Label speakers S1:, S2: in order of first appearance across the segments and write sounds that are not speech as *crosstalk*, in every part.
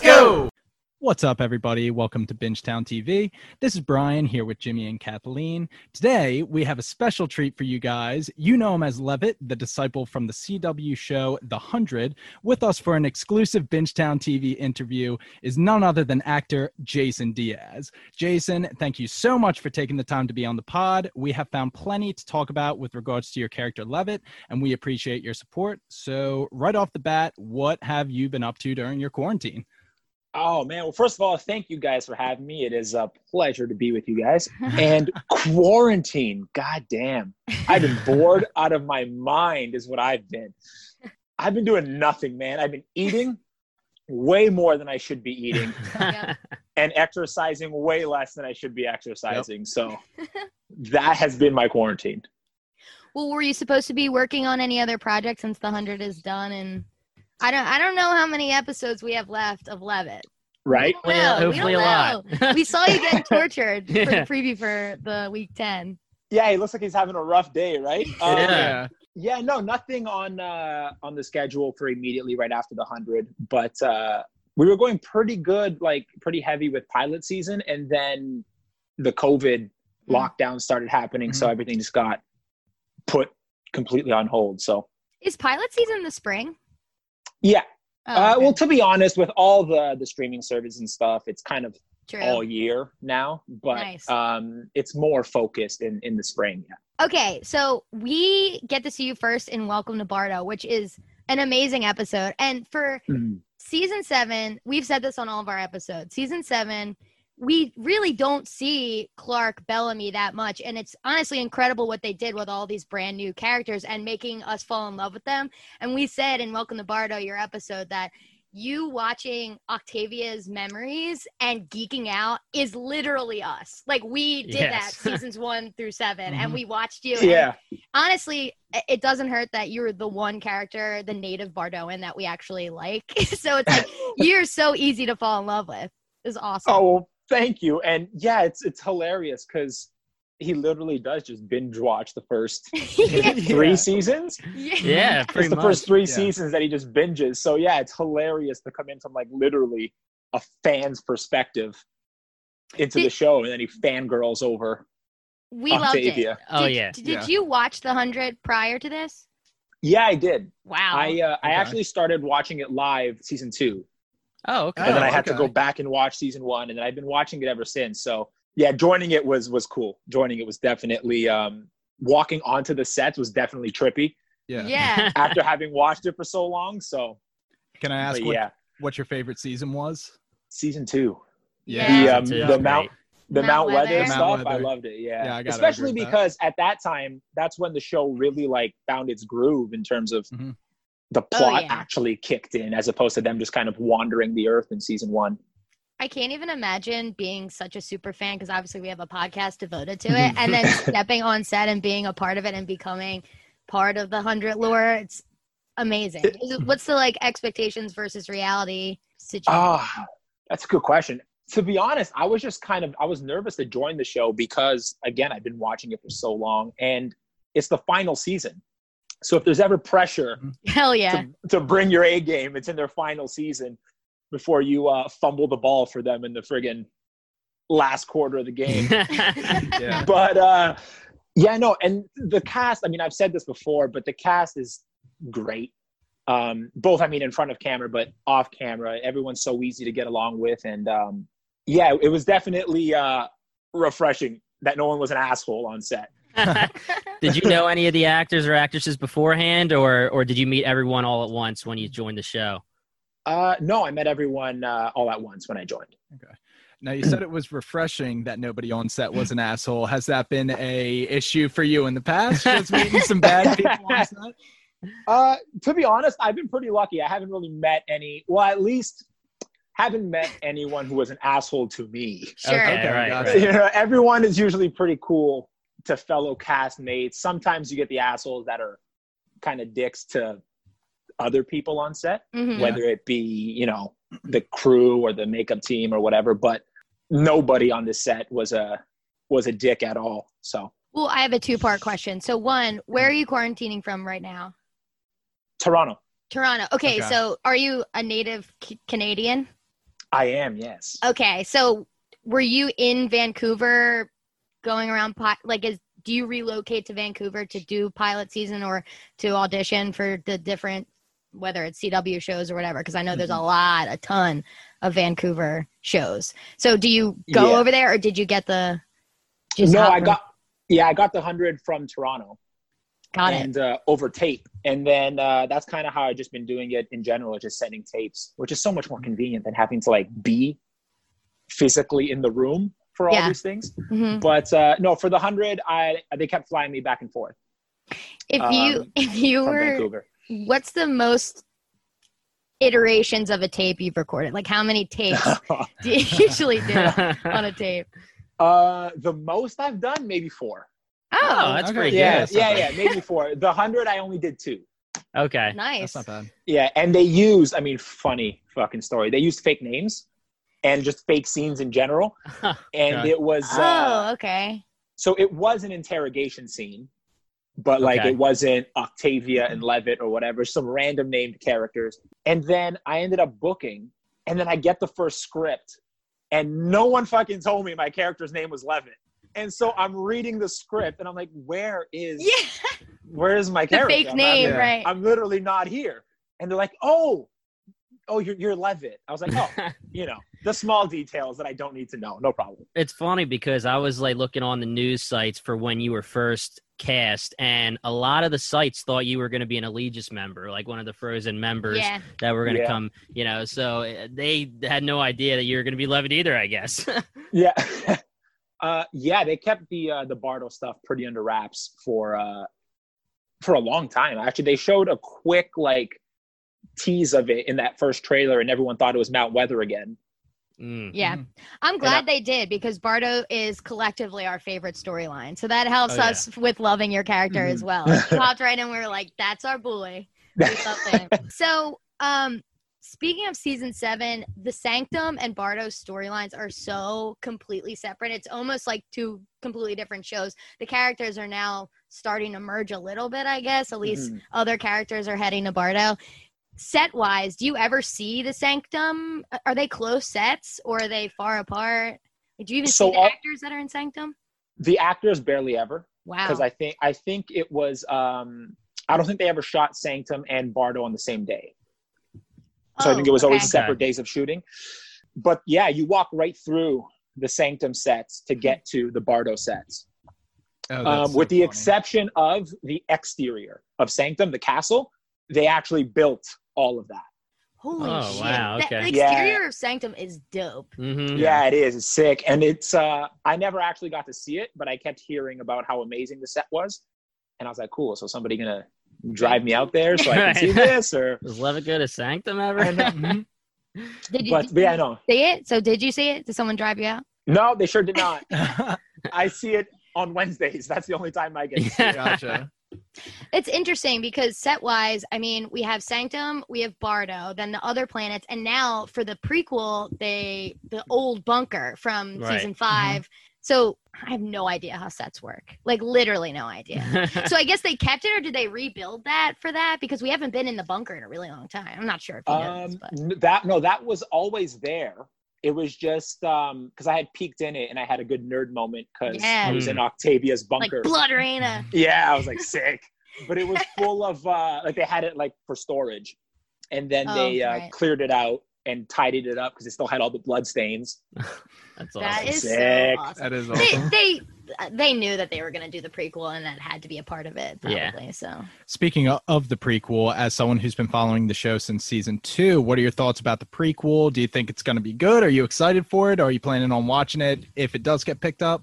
S1: *laughs*
S2: go.
S3: What's up, everybody? Welcome to Bingetown TV. This is Brian here with Jimmy and Kathleen. Today, we have a special treat for you guys. You know him as Levitt, the disciple from the CW show The Hundred. With us for an exclusive Bingetown TV interview is none other than actor Jason Diaz. Jason, thank you so much for taking the time to be on the pod. We have found plenty to talk about with regards to your character Levitt, and we appreciate your support. So, right off the bat, what have you been up to during your quarantine?
S2: Oh man! Well, first of all, thank you guys for having me. It is a pleasure to be with you guys. And quarantine, goddamn, I've been bored out of my mind. Is what I've been. I've been doing nothing, man. I've been eating way more than I should be eating,
S4: Yeah.
S2: and exercising way less than I should be exercising. So that has been my quarantine.
S4: Well, were you supposed to be working on any other project since the hundred is done? And I don't, I don't know how many episodes we have left of Levitt.
S2: Right?
S4: We don't know. We
S1: hopefully a
S4: don't
S1: lot.
S4: We saw you
S1: *laughs*
S4: getting tortured for
S1: Yeah.
S4: the preview for the week ten.
S2: Yeah, he looks like he's having a rough day, right? Um,
S1: Yeah.
S2: yeah no nothing on uh on the schedule for immediately right after the 100 but uh we were going pretty good like pretty heavy with pilot season and then the covid
S4: Mm-hmm.
S2: lockdown started happening so everything just got put completely on hold so
S4: Is pilot season the spring?
S2: yeah
S4: Oh,
S2: uh,
S4: okay.
S2: well to be honest with all the the streaming service and stuff it's kind of
S4: True.
S2: all year now but
S4: Nice.
S2: um it's more focused in in the spring yeah.
S4: Okay, so we get to see you first in Welcome to Bardo, which is an amazing episode. And for season seven, we've said this on all of our episodes. Season seven, we really don't see Clark Bellamy that much. And it's honestly incredible what they did with all these brand new characters and making us fall in love with them. And we said in Welcome to Bardo, your episode, that you watching Octavia's memories and geeking out is literally us. Like we did
S1: Yes.
S4: that seasons one through 7 and
S3: Mhm.
S4: we watched you. and
S2: yeah
S4: honestly, i- it doesn't hurt that you're the one character, the native Bardoan that we actually like. *laughs* so it's like you're so easy to fall in love with. It's awesome.
S2: Oh, well, thank you. And yeah, it's it's hilarious because he literally does just binge watch the first
S4: *laughs* *laughs* yeah.
S2: three seasons.
S4: yeah.
S1: Yeah, pretty
S2: it's the
S1: much.
S2: first three
S3: yeah.
S2: seasons that he just binges. So yeah, it's hilarious to come in from like literally a fan's perspective into the
S4: Did-
S2: show, and then he fangirls over.
S4: We loved it.
S2: Octavia.
S1: Oh,
S4: Did-
S1: yeah.
S4: Did,
S3: Yeah.
S4: you watch The 100 prior to this?
S2: Yeah, I did.
S4: Wow.
S2: I uh, I
S3: okay.
S2: actually started watching it live season two,
S1: Oh, okay.
S2: and then
S3: Oh,
S2: I had to
S3: okay.
S2: go back and watch season one, and then I've been watching it ever since. So yeah, joining it was was cool. Joining it was definitely um, walking onto the sets was definitely trippy
S1: *laughs*
S3: Yeah.
S4: yeah.
S2: after having watched it for so long. So
S3: Can I
S2: but
S3: ask what,
S2: yeah,
S3: what your favorite season was?
S2: season two,
S4: Yeah.
S2: the um,
S1: Season two
S2: the
S1: is
S2: Mount the
S4: Mount
S2: Mount, Weather,
S4: Weather.
S3: Mount
S2: stuff. I
S3: Weather.
S2: loved it. Yeah,
S3: Yeah, I gotta
S2: especially
S3: agree with that.
S2: because at that time that's when the show really like found its groove in terms of.
S3: Mhm.
S2: The plot
S4: yeah.
S2: actually kicked in, as opposed to them just kind of wandering the earth in season one.
S4: I can't even imagine being such a super fan because obviously we have a podcast devoted to
S1: *laughs*
S4: it, and then stepping on set and being a part of it and becoming part of the hundred lore. It's amazing. Is it- What's the like expectations versus reality situation?
S2: Ah, that's a good question. To be honest, I was just kind of I was nervous to join the show because again, I've been watching it for so long and it's the final season. So if there's ever pressure
S4: Hell yeah!
S2: to, to bring your A game, it's in their final season before you uh, fumble the ball for them in the friggin' last quarter of the game.
S3: Yeah.
S2: *laughs* but uh yeah no and the cast i mean i've said this before but the cast is great um both i mean in front of camera but off camera everyone's so easy to get along with and um yeah it was definitely uh refreshing that no one was an asshole on set
S1: *laughs* did you know any of the actors or actresses beforehand, or or did you meet everyone all at once when you joined the show?
S2: uh no i met everyone uh, all at once when i joined
S3: Now you said it was refreshing that nobody on set was an asshole. Has that been a issue for you in the past? Just meeting some bad people on set?
S2: uh to be honest i've been pretty lucky i haven't really met any well at least haven't met anyone who was an asshole to me
S4: Sure.
S1: Okay, right,
S3: gotcha.
S1: right.
S2: you know, everyone is usually pretty cool to fellow castmates. Sometimes you get the assholes that are kind of dicks to other people on set,
S4: Mhm.
S3: Yeah.
S2: whether it be, you know, the crew or the makeup team or whatever, but nobody on the set was a was a dick at all. So,
S4: Well, I have a two-part question. So, one, where are you quarantining from right now?
S2: Toronto.
S4: Toronto. Okay,
S3: Okay.
S4: so are you a native C- Canadian?
S2: I am, yes.
S4: Okay, so were you in Vancouver going around pi- like is do you relocate to Vancouver to do pilot season or to audition for the different whether it's CW shows or whatever because I know there's
S2: Mm-hmm.
S4: a lot a ton of Vancouver shows. So do you go
S2: Yeah.
S4: over there or did you get the
S2: no,
S4: hop
S2: I
S4: from-
S2: got yeah, I got the hundred from Toronto
S4: got it.
S2: and uh, over tape, and then uh, that's kind of how I've just been doing it in general, just sending tapes, which is so much more convenient than having to like be physically in the room for all
S4: Yeah.
S2: these things.
S4: Mhm.
S2: But uh, no, for the hundred, I they kept flying me back and forth
S4: If you
S2: um,
S4: *laughs* if you
S2: from
S4: were *laughs*
S2: Vancouver.
S4: what's the most iterations of a tape you've recorded? Like how many
S2: *laughs*
S4: tapes do you usually do
S1: *laughs*
S4: on a tape?
S2: uh, the most I've done maybe four.
S1: Oh,
S4: Oh,
S1: that's
S3: okay.
S1: pretty
S2: Yeah,
S3: Yeah,
S1: good.
S2: yeah, yeah, maybe four. The hundred, I only did two.
S1: Okay.
S4: nice.
S3: That's not bad.
S2: Yeah, and they used, I mean, funny fucking story. They used fake names and just fake scenes in general.
S1: Huh.
S2: And
S1: Okay.
S2: it was uh,
S4: Oh, okay.
S2: so it was an interrogation scene, but like
S1: Okay.
S2: it wasn't Octavia and Levitt or whatever, some random named characters. And then I ended up booking, and then I get the first script, and no one fucking told me my character's name was Levitt. And so I'm reading the script, and I'm like, where is
S4: Yeah,
S2: where is my
S4: the
S2: character?
S4: fake
S2: I'm not
S4: name,
S3: Yeah.
S4: right?
S2: I'm literally not here. And they're like, oh, oh, you're, you're Levitt. I was like, oh, you know, the small details that I don't need to know. No problem.
S1: it's funny because I was like looking on the news sites for when you were first cast, and a lot of the sites thought you were going to be an Allegius member, like one of the Frozen members
S4: yeah.
S1: that were going to
S2: Yeah.
S1: come, you know. So uh, they had no idea that you were going to be Levitt either, I guess. *laughs*
S2: Yeah. *laughs* uh, yeah, they kept the, uh, the Bardo stuff pretty under wraps for, uh, for a long time. Actually, they showed a quick, like, tease of it in that first trailer, and everyone thought it was Mount Weather again.
S1: Mm.
S4: Yeah.
S3: Mhm.
S4: I'm glad they did because Bardo is collectively our favorite storyline. So that helps
S1: Oh, yeah.
S4: us with loving your character
S2: Mm-hmm.
S4: as well. It
S2: *laughs*
S4: popped right in. We were like, that's our boy. We love him. so, um, speaking of season seven, the Sanctum and Bardo storylines are so completely separate. It's almost like two completely different shows. The characters are now starting to merge a little bit, I guess. At least
S2: Mhm.
S4: other characters are heading to Bardo. Set wise, do you ever see the Sanctum? Are they close sets or are they far apart? Do you even
S2: So
S4: see the
S2: all-
S4: actors that are in Sanctum?
S2: The actors barely ever,
S4: Wow.
S2: because I think I think it was. Um, I don't think they ever shot Sanctum and Bardo on the same day. So I think it
S4: Oh,
S2: was always
S1: okay.
S2: separate days of shooting. But yeah, you walk right through the Sanctum sets to get
S4: Mm-hmm.
S2: to the Bardo sets,
S3: Oh, that's
S2: um,
S3: so
S2: with the
S3: funny.
S2: exception of the exterior of Sanctum, the castle. They actually built all of that.
S4: Holy
S1: Oh,
S4: shit.
S1: wow,
S4: That-
S1: okay.
S4: the
S2: Yeah.
S4: exterior of Sanctum is dope.
S3: Hmm.
S1: Mhm.
S2: Yeah, it is. It's sick, and it's. Uh, I never actually got to see it, but I kept hearing about how amazing the set was, and I was like, cool. So somebody gonna drive me out there so I can
S1: Right.
S3: *laughs*
S2: see this, or
S1: Does Levitt go to Sanctum ever? *laughs*
S2: I know.
S3: Mhm.
S4: *laughs* Did you,
S2: but,
S4: did
S2: but yeah,
S4: you
S2: no,
S4: see it? So did you see it? Did someone drive you out?
S2: no, they sure did not. I see it on Wednesdays. *laughs* That's the only time I get. to
S4: *laughs*
S2: see
S3: *laughs*
S2: it.
S3: gotcha.
S4: It's interesting because set wise, I mean, we have Sanctum, we have Bardo, then the other planets, and now for the prequel, they the old bunker from
S1: Right.
S4: season 5 So I have no idea how sets work. Like literally no idea. so I guess they kept it or did they rebuild that for that? Because we haven't been in the bunker in a really long time. I'm not sure if you know this,
S2: Um,
S4: but
S2: n- that no, that was always there. It was just um because I had peeked in it and I had a good nerd moment because
S4: Yeah.
S2: I was in Octavia's
S4: like
S2: bunker.
S4: Blood Arena.
S2: yeah, I was like sick, but it was full of uh like they had it like for storage, and then
S4: Oh,
S2: they uh,
S4: right.
S2: cleared it out and tidied it up because it still had all the blood stains.
S1: *laughs* That's awesome.
S4: That is
S2: Sick.
S4: so awesome.
S3: That is
S4: They
S3: awesome.
S4: they they knew that they were gonna do the prequel and that had to be a part of it, probably.
S1: Yeah.
S4: So
S3: Speaking o- of the prequel, as someone who's been following the show since season two, what are your thoughts about the prequel? Do you think it's going to be good? Are you excited for it? Are you planning on watching it if it does get picked up?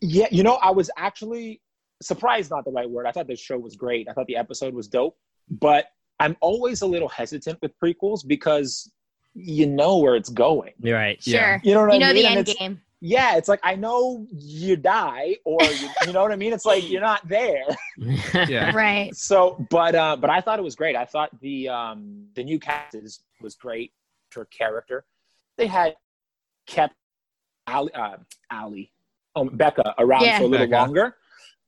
S2: Yeah, you know, I was actually surprised, not the right word. I thought the show was great. I thought the episode was dope, but I'm always a little hesitant with prequels because you know where it's going.
S1: You're right. *laughs*
S3: Yeah.
S4: sure.
S2: You know what
S4: you
S2: I
S4: know
S2: mean?
S4: the
S2: And
S4: end
S2: it's-
S4: game.
S2: Yeah, it's like I know you die or you, you know what I mean? It's like you're not there.
S1: Oh,
S4: *laughs*
S3: Yeah.
S4: Right.
S2: So, but uh but I thought it was great. I thought the um the new cast is, was great for character. They had kept Ali uh Ali um Becca around
S4: Yeah.
S2: for a little
S3: Becca.
S2: longer.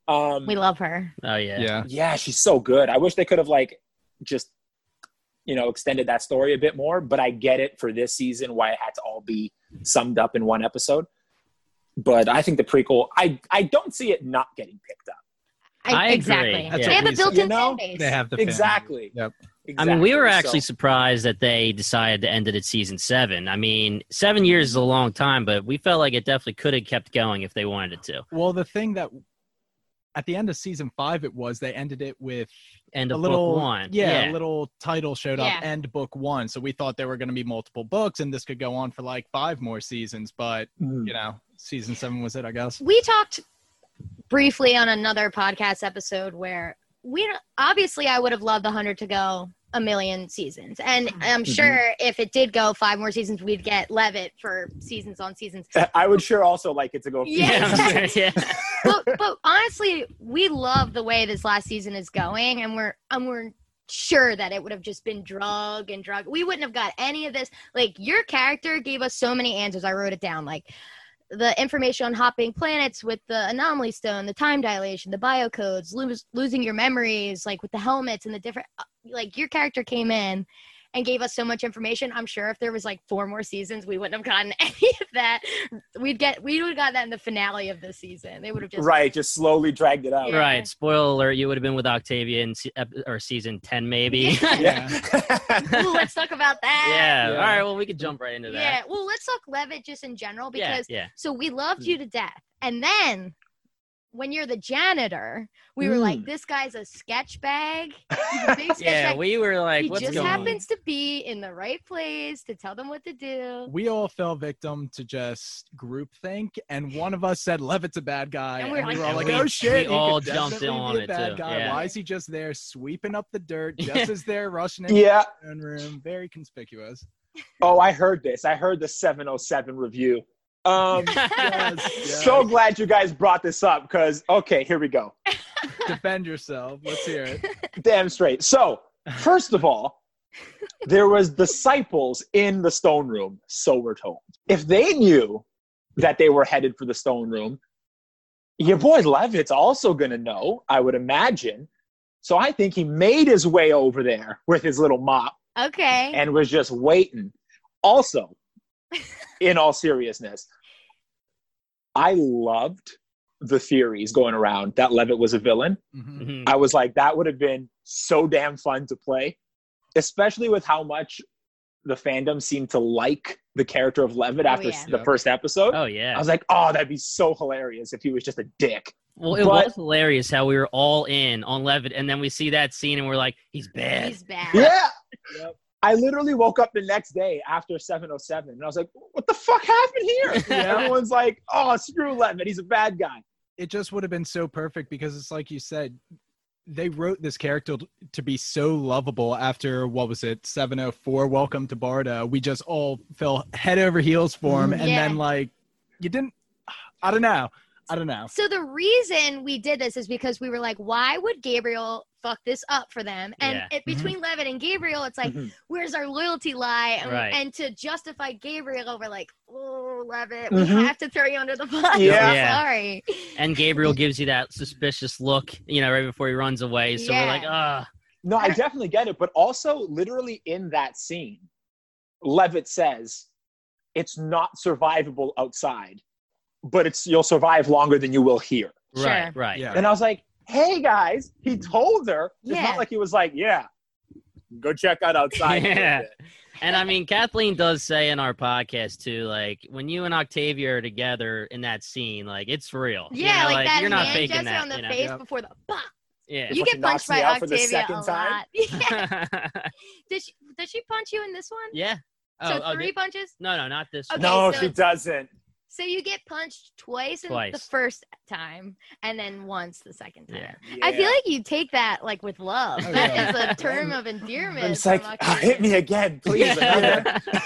S2: Um
S4: We love her.
S1: oh yeah.
S3: Yeah.
S2: yeah, she's so good. I wish they could have like just you know extended that story a bit more but i get it for this season why it had to all be summed up in one episode but i think the prequel i i don't see it not getting picked up
S1: I agree.
S4: exactly.
S3: That's
S4: They
S3: what
S4: have a
S3: we said.
S4: built-in
S2: You
S4: fan
S2: know,
S4: base.
S3: They have the fan.
S2: exactly.
S3: Yep.
S2: exactly
S1: I mean, we were actually
S2: So-
S1: surprised that they decided to end it at season seven. I mean, seven years is a long time, but we felt like it definitely could have kept going if they wanted it to.
S3: Well, the thing that at the end of season five it was they ended it with
S1: End
S3: a
S1: of
S3: little
S1: book one.
S3: Yeah, a little title showed up
S4: Yeah.
S3: end book one. So we thought there were going to be multiple books and this could go on for like five more seasons, but
S2: Mm.
S1: Hmm.
S3: you know, season seven was it, I guess.
S4: we talked briefly on another podcast episode where we don't- obviously I would have loved the hundred to go a million seasons, and
S3: Mm-hmm.
S4: I'm
S2: Mhm.
S4: sure if it did go five more seasons, we'd get Levitt for seasons on seasons.
S2: *laughs* I would sure also like it to go.
S4: Yeah,
S1: *laughs* Yeah,
S4: exactly. but but honestly, we love the way this last season is going, and we're and we're sure that it would have just been drug and drug. We wouldn't have got any of this. Like your character gave us so many answers. I wrote it down. Like the information on hopping planets with the anomaly stone, the time dilation, the biocodes, lose, losing your memories, like with the helmets and the different. uh, Like your character came in. And gave us so much information. I'm sure if there was like four more seasons, we wouldn't have gotten *laughs* any of that. We'd get we would have gotten that in the finale of the season. They would have just
S2: *laughs* Right, just slowly dragged it out.
S4: *laughs* Yeah.
S1: Right. Spoiler alert, you would have been with Octavia in se- ep- or season 10, maybe.
S4: *laughs* Yeah.
S2: Yeah. *laughs*
S4: Ooh, let's talk about that.
S1: *laughs* yeah.
S3: Yeah.
S1: All right. Well, we could jump right into
S4: Yeah.
S1: that.
S4: Well, let's talk Levitt just in general
S1: Yeah. Mm.
S4: because
S1: yeah.
S4: so we loved you to death. And then when you're the janitor, we were like,
S2: Mm.
S4: this guy's a sketch
S1: *laughs*
S4: bag. He's a big sketch
S1: Yeah,
S4: bag.
S1: we were like,
S4: he
S1: what's
S4: just
S1: going
S4: happens to be in the right place to tell them what to do.
S3: We all fell victim to just groupthink, and one of us said Levitt's a bad guy,
S4: And
S3: and
S4: we
S3: we
S4: were
S3: were,
S4: like-
S3: all like,
S1: We-
S3: "Oh
S1: we
S3: shit!" he could
S1: all jumped
S3: definitely
S1: in
S3: be
S1: on
S3: a
S1: it,
S3: bad
S1: too.
S3: Guy.
S1: Yeah.
S3: Why is he just there sweeping up
S1: *laughs*
S3: the dirt? Just
S1: Yeah.
S3: as they're rushing into
S2: yeah.
S3: their own room, very conspicuous.
S2: Oh, I heard this. I heard the 707 review.
S4: *laughs*
S2: Um,
S1: on? *laughs*
S2: *laughs*
S3: Yes, yes.
S2: so glad you guys brought this up because, okay, here we go.
S3: defend yourself. Let's hear it.
S2: Damn straight. So, first of all, there was disciples in the stone room, so we're told. If they knew that they were headed for the stone room, your boy Levitt's also going to know, I would imagine. So I think he made his way over there with his little mop
S4: Okay.
S2: and was just waiting. Also, in all seriousness, I loved the theories going around that Levitt was a villain.
S3: Mhm.
S1: Mhm.
S2: I was like, that would have been so damn fun to play, especially with how much the fandom seemed to like the character of Levitt
S4: Oh,
S2: after
S4: yeah.
S2: the
S3: Yeah.
S2: first episode.
S1: Oh,
S2: I
S1: yeah.
S2: was like, oh, that'd be so hilarious if he was just a dick.
S1: Well, it
S2: but-
S1: was hilarious how we were all in on Levitt, and then we see that scene and we're like, he's bad.
S4: He's bad.
S2: Yeah. I literally woke up the next day after 707 and I was like, what the fuck happened here?
S1: *laughs* Yeah.
S2: Everyone's like, oh, screw Levitt. He's a bad guy.
S3: It just would have been so perfect because it's like you said, they wrote this character to be so lovable after what was it, 704, Welcome to Barda. We just all fell head over heels for him. And
S4: Yeah.
S3: then, like, you didn't, I don't know. I don't know.
S4: So the reason we did this is because we were like, why would Gabriel fuck this up for them? And
S1: Yeah.
S2: Mm-hmm.
S4: it, between Levitt and Gabriel, it's like,
S2: Mhm.
S4: where's our loyalty lie? And,
S1: Right.
S4: and to justify Gabriel, we're like, oh, Levitt,
S2: Mhm.
S4: we have to throw you under the bus.
S2: Yeah.
S1: Yeah.
S4: Sorry.
S1: And Gabriel gives you that suspicious look, you know, right before he runs away. So
S4: Yeah.
S1: we're like, ah,
S2: No, I definitely get it. But also, literally in that scene, Levitt says, it's not survivable outside, but it's you'll survive longer than you will here.
S1: right,
S4: Sure.
S1: right.
S3: Yeah.
S2: And I was like, hey guys, he told her. It's
S4: Yeah.
S2: not like he was like, yeah, go check out outside. for a
S1: Yeah.
S2: bit."
S1: And I mean, Kathleen does say in our podcast too, like when you and Octavia are together in that scene, like it's real. You
S4: Yeah,
S1: know,
S4: like, that
S1: you're
S4: hand
S1: not faking
S4: gesture
S1: that.
S4: on the
S1: you know?
S4: face
S3: Yep.
S4: before the fuck.
S1: Yeah.
S4: You
S1: *laughs*
S2: Fucking
S4: get punched
S2: knocks me
S4: by
S2: out for the
S4: Octavia
S2: second
S4: a
S2: time.
S4: lot. *laughs* Yeah.
S1: yeah.
S4: Did she, does she punch you in this one?
S1: Oh,
S4: so
S1: oh,
S4: three
S1: th-
S4: punches?
S1: no, no, not this.
S4: Okay,
S1: one.
S2: no,
S4: so
S2: she
S4: it's-
S2: doesn't.
S4: So you get punched twice, in the
S1: Twice.
S4: first time and then once the second time.
S1: Yeah.
S4: I feel
S2: Yeah.
S4: like you take that like with love.
S3: Oh,
S4: That
S1: yeah.
S4: is
S2: *laughs*
S4: a term of endearment.
S2: And it's like,
S4: from
S2: "Ah, hit me
S4: Octavia.
S2: again,
S1: *laughs*
S2: please. another."
S1: Yeah.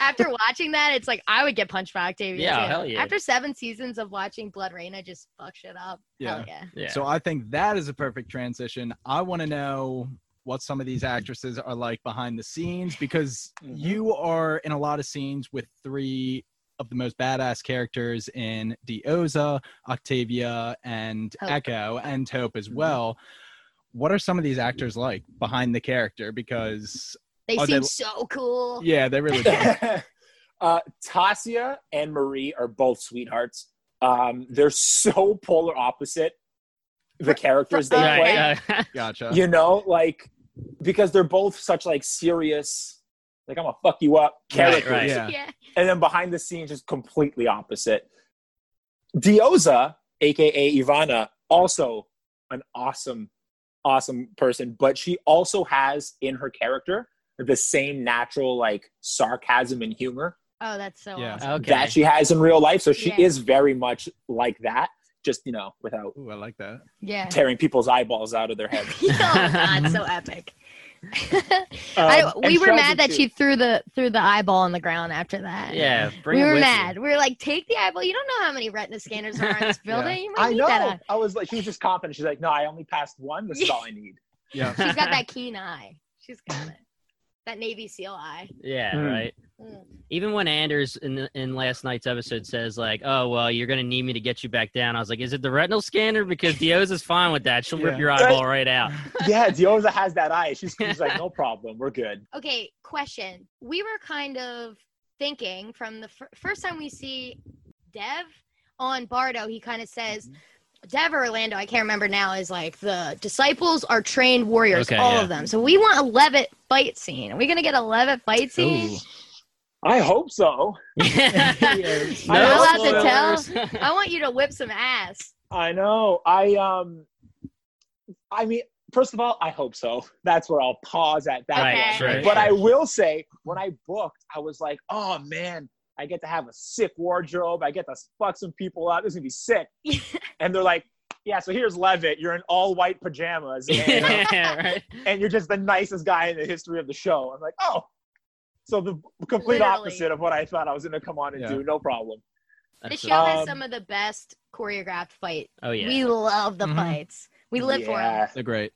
S4: After watching that, it's like I would get punched by Octavia.
S1: Yeah,
S4: too.
S1: hell yeah.
S4: After seven seasons of watching Blood Rain, I just fuck shit up. Hell yeah.
S1: Yeah.
S3: So I think that is a perfect transition. I want to know what some of these actresses are like behind the scenes because
S2: Mhm.
S3: you are in a lot of scenes with three of the most badass characters in Dioza, Octavia, and
S4: Hope.
S3: Echo, and Hope as
S2: Mhm.
S3: well. What are some of these actors like behind the character? Because
S4: They
S3: Are
S4: seem
S3: they-
S4: so cool.
S3: Yeah, they really. do.
S2: *laughs* uh, Tasia and Marie are both sweethearts. Um, they're so polar opposite the characters they
S4: for-
S2: play.
S1: Right. uh, *laughs*
S3: Gotcha.
S2: You know, like because they're both such like serious, like I'm gonna fuck you up characters,
S1: right.
S4: *laughs*
S3: Yeah.
S4: yeah.
S2: and then behind the scenes just completely opposite. Dioza, aka Ivana, also an awesome, awesome person, but she also has in her character the same natural like sarcasm and humor
S4: Oh, that's so
S3: Yeah.
S4: awesome.
S1: okay.
S2: that she has in real life. So she
S4: Yeah.
S2: is very much like that, just you know, without
S3: Ooh, I like that.
S4: Yeah.
S2: tearing people's eyeballs out of their heads.
S4: oh
S1: *laughs*
S4: God, so epic. *laughs* I,
S2: Um,
S4: we
S2: and
S4: were
S2: Shazza,
S4: mad that
S2: too.
S4: she threw the threw the eyeball on the ground after that.
S1: yeah. Bring
S4: we
S1: it
S4: were
S1: with you.
S4: mad. We were like, take the eyeball. You don't know how many retina scanners are in
S1: *laughs*
S4: this
S3: Yeah.
S4: building. You might
S2: I
S4: need
S2: know.
S4: that eye.
S2: I was like, she was just confident. She's like, no, I only passed one. This is all
S4: *laughs*
S2: I need.
S3: Yeah.
S4: She's
S1: *laughs*
S4: got that keen eye. She's got it. That Navy SEAL eye.
S1: Yeah.
S2: Mm.
S1: Right.
S4: Mm.
S1: Even when Anders in the, in last night's episode says like, "Oh well, you're gonna need me to get you back down," I was like, "Is it the retinal scanner? Because Dio's is fine with that. She'll
S3: Yeah.
S1: rip your eyeball
S4: *laughs*
S1: right out." *laughs*
S2: yeah, Dioza has that eye. She's, she's like, no problem. We're good.
S4: Okay, question. We were kind of thinking from the fir- first time we see Dev on Bardo, he kind of says, Dev or Orlando, I can't remember now, is like the disciples are trained warriors,
S1: Okay,
S4: all
S1: yeah.
S4: of them. So we want a Levitt fight scene. Are we going to get a Levitt fight scene?
S1: Ooh.
S2: I hope so.
S1: no
S2: I'm
S4: allowed to
S2: *laughs*
S1: spoilers.
S4: I want you to whip some ass.
S2: I know. I um, I mean, first of all, I hope so. That's where I'll pause at that.
S4: Okay.
S2: point.
S1: Right, right,
S2: But I
S1: right.
S2: will say, when I booked, I was like, oh man, I get to have a sick wardrobe. I get to fuck some people up. This is gonna be sick.
S4: *laughs*
S2: and they're like, yeah. So here's Levitt. You're in all white pajamas,
S4: *laughs*
S2: and,
S1: *laughs* yeah, right.
S2: and you're just the nicest guy in the history of the show. I'm like, oh. So the complete
S4: Literally.
S2: opposite of what I thought I was gonna come on and
S3: Yeah.
S2: do. No problem.
S4: The
S1: That's
S4: show
S1: a-
S2: Um,
S4: has some of the best choreographed fight.
S1: oh yeah. *laughs*
S4: We love the
S3: Mhm.
S4: fights. We live for them.
S2: Yeah.
S3: They're great.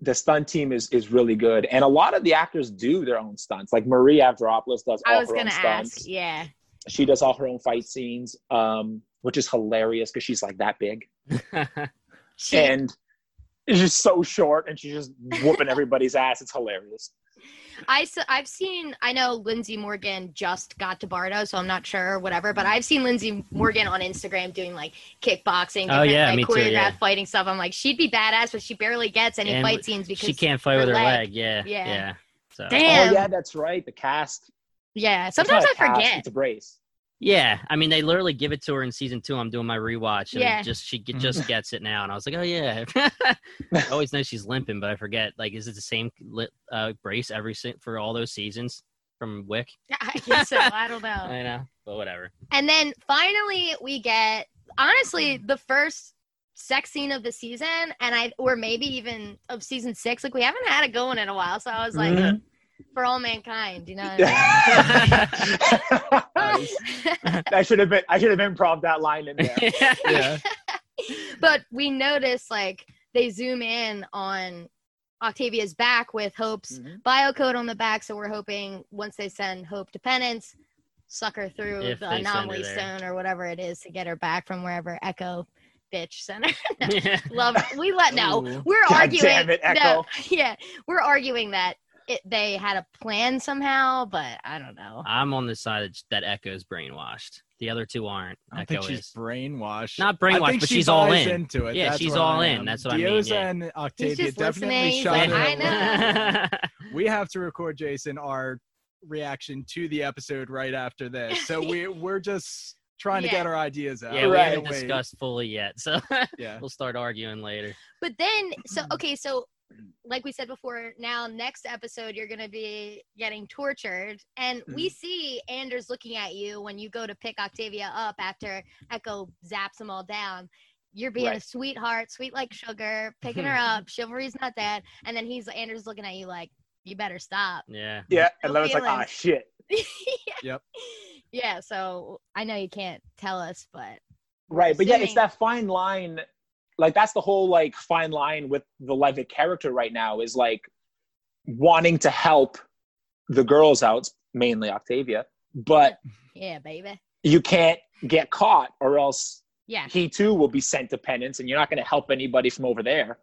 S2: the stunt team is is really good, and a lot of the actors do their own stunts. Like Marie Avropoulos does all
S4: I was
S2: her own
S4: gonna
S2: stunts.
S4: ask. Yeah.
S2: She does all her own fight scenes, um, which is hilarious because she's like that big
S4: She,
S2: and she's just so short, and she's just whooping everybody's ass. It's hilarious.
S4: I s- I've seen. I know Lindsay Morgan just got to Bardo, so I'm not sure or whatever. But I've seen Lindsay Morgan on Instagram doing like kickboxing,
S1: Oh,
S4: different,
S1: yeah,
S4: like
S1: me too,
S4: choreographed
S1: yeah.
S4: fighting stuff. I'm like, she'd be badass, but she barely gets any
S1: And
S4: fight scenes because
S1: she can't fight
S4: her
S1: with her
S4: leg.
S1: leg. Yeah.
S4: Yeah.
S1: Yeah. So.
S4: Damn.
S2: Oh yeah, that's right. The cast.
S4: yeah.
S2: It's
S4: Sometimes
S2: not
S4: I
S2: a cast,
S4: forget.
S2: It's
S4: *laughs*
S2: a brace.
S1: Yeah, I mean, they literally give it to her in season two. I'm doing my rewatch, and
S4: Yeah.
S1: it just she
S3: Mhm.
S1: just gets it now, and I was like, oh yeah. *laughs* I always know she's limping, but I forget. Like, is it the same li- uh, brace every se- for all those seasons from Wick?
S4: *laughs* I guess so. I don't know.
S1: *laughs* I know,
S4: *laughs*
S1: but whatever.
S4: And then finally, we get honestly the first sex scene of the season, and I or maybe even of season six. Like we haven't had it going in a while, so I was like,
S1: Mm-hmm.
S2: Mhm.
S4: for all mankind, you know. What I mean?
S1: *laughs*
S2: I should have been. *laughs* I should have improv that line
S4: *laughs*
S2: in there.
S3: Yeah.
S4: but we notice like they zoom in on Octavia's back with Hope's
S1: Mm.
S2: Mhm.
S4: bio code on the back, so we're hoping once they send Hope to penance, suck her through
S1: If
S4: the
S1: they send her
S4: anomaly
S1: there.
S4: stone or whatever it is to get her back from wherever Echo bitch sent her. *laughs*
S1: yeah.
S4: love we let no
S3: Ooh.
S4: we're
S2: God
S4: arguing
S2: damn it, Echo.
S4: No, *laughs* yeah we're arguing that it, they had a plan somehow but i don't know
S1: I'm on the side that- that Echo's brainwashed. The other two aren't.
S3: I don't
S1: Echo
S3: think she's
S1: is.
S3: brainwashed.
S1: Not
S3: I
S1: brainwashed,
S3: think
S1: but
S3: she
S1: she's all
S3: buys
S1: in.
S3: into it.
S1: Yeah,
S3: That's
S1: she's
S3: where
S1: all
S3: I
S1: in.
S3: am.
S1: That's what I mean,
S3: Dioza
S1: yeah.
S3: and Octavia
S4: just listening.
S3: definitely
S4: He's
S3: shot
S4: like,
S3: her
S4: I
S3: in.
S4: know.
S3: *laughs* We have to record Jason our reaction to the episode right after this, so
S4: *laughs*
S3: we we're just trying to
S4: Yeah.
S3: get our ideas
S1: *laughs*
S3: out.
S1: yeah, we
S2: Right.
S1: haven't
S3: Wait.
S1: discussed fully yet, so *laughs*
S3: Yeah,
S1: we'll start arguing later.
S4: but then so
S2: Mm-hmm.
S4: okay so like we said before now next episode you're gonna be getting tortured and we
S2: Mm-hmm.
S4: see anders looking at you when you go to pick octavia up after echo zaps them all down you're being a
S2: Right.
S4: sweetheart sweet like sugar picking
S2: *laughs*
S4: her up chivalry's not dead and then he's anders looking at you like you better stop *laughs*
S1: Yeah.
S2: Yeah, and
S4: No
S2: Levitt's like, ah,
S4: feelings.
S2: shit.
S3: Yep.
S4: Yeah, so I know you can't tell us, but
S2: right but yeah it's
S4: assuming-
S2: that fine line like that's the whole like fine line with the levitt character right now is like wanting to help the girls out mainly octavia but
S4: yeah, baby.
S2: you can't get caught or else
S4: Yeah.
S2: he too will be sent to penance and you're not going to help anybody from over there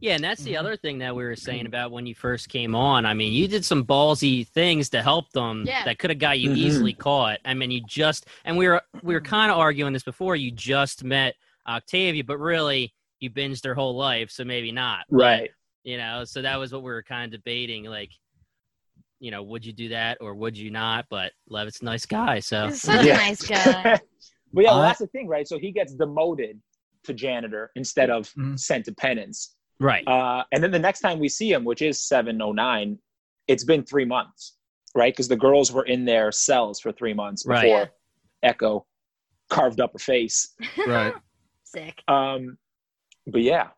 S1: Yeah, and that's the
S3: Mhm.
S1: other thing that we were saying about when you first came on. I mean, you did some ballsy things to help them
S4: Yeah.
S1: that could have got you
S2: Mhm.
S1: easily caught. I mean, you just and we were we were
S4: Mm-hmm.
S1: kind of arguing this before. You just met Octavia, but really you binged her whole life, so maybe not.
S2: Right.
S1: You know, so that was what we were kind of debating. Like, you know, would you do that or would you not? But Levitt's a nice guy, so
S4: He's *laughs* such
S2: Yeah.
S4: a nice
S2: *laughs*
S4: guy.
S2: But yeah, well,
S3: I-
S2: that's the thing, right? So he gets demoted to janitor instead of
S3: Mhm.
S2: sent to penance.
S1: right.
S2: Uh, and then the next time we see him, which is 709, it's been three months, right? Because the girls were in their cells for three months before
S1: Right.
S2: Echo carved up her face.
S3: Right.
S4: *laughs* Sick.
S2: Um, but yeah,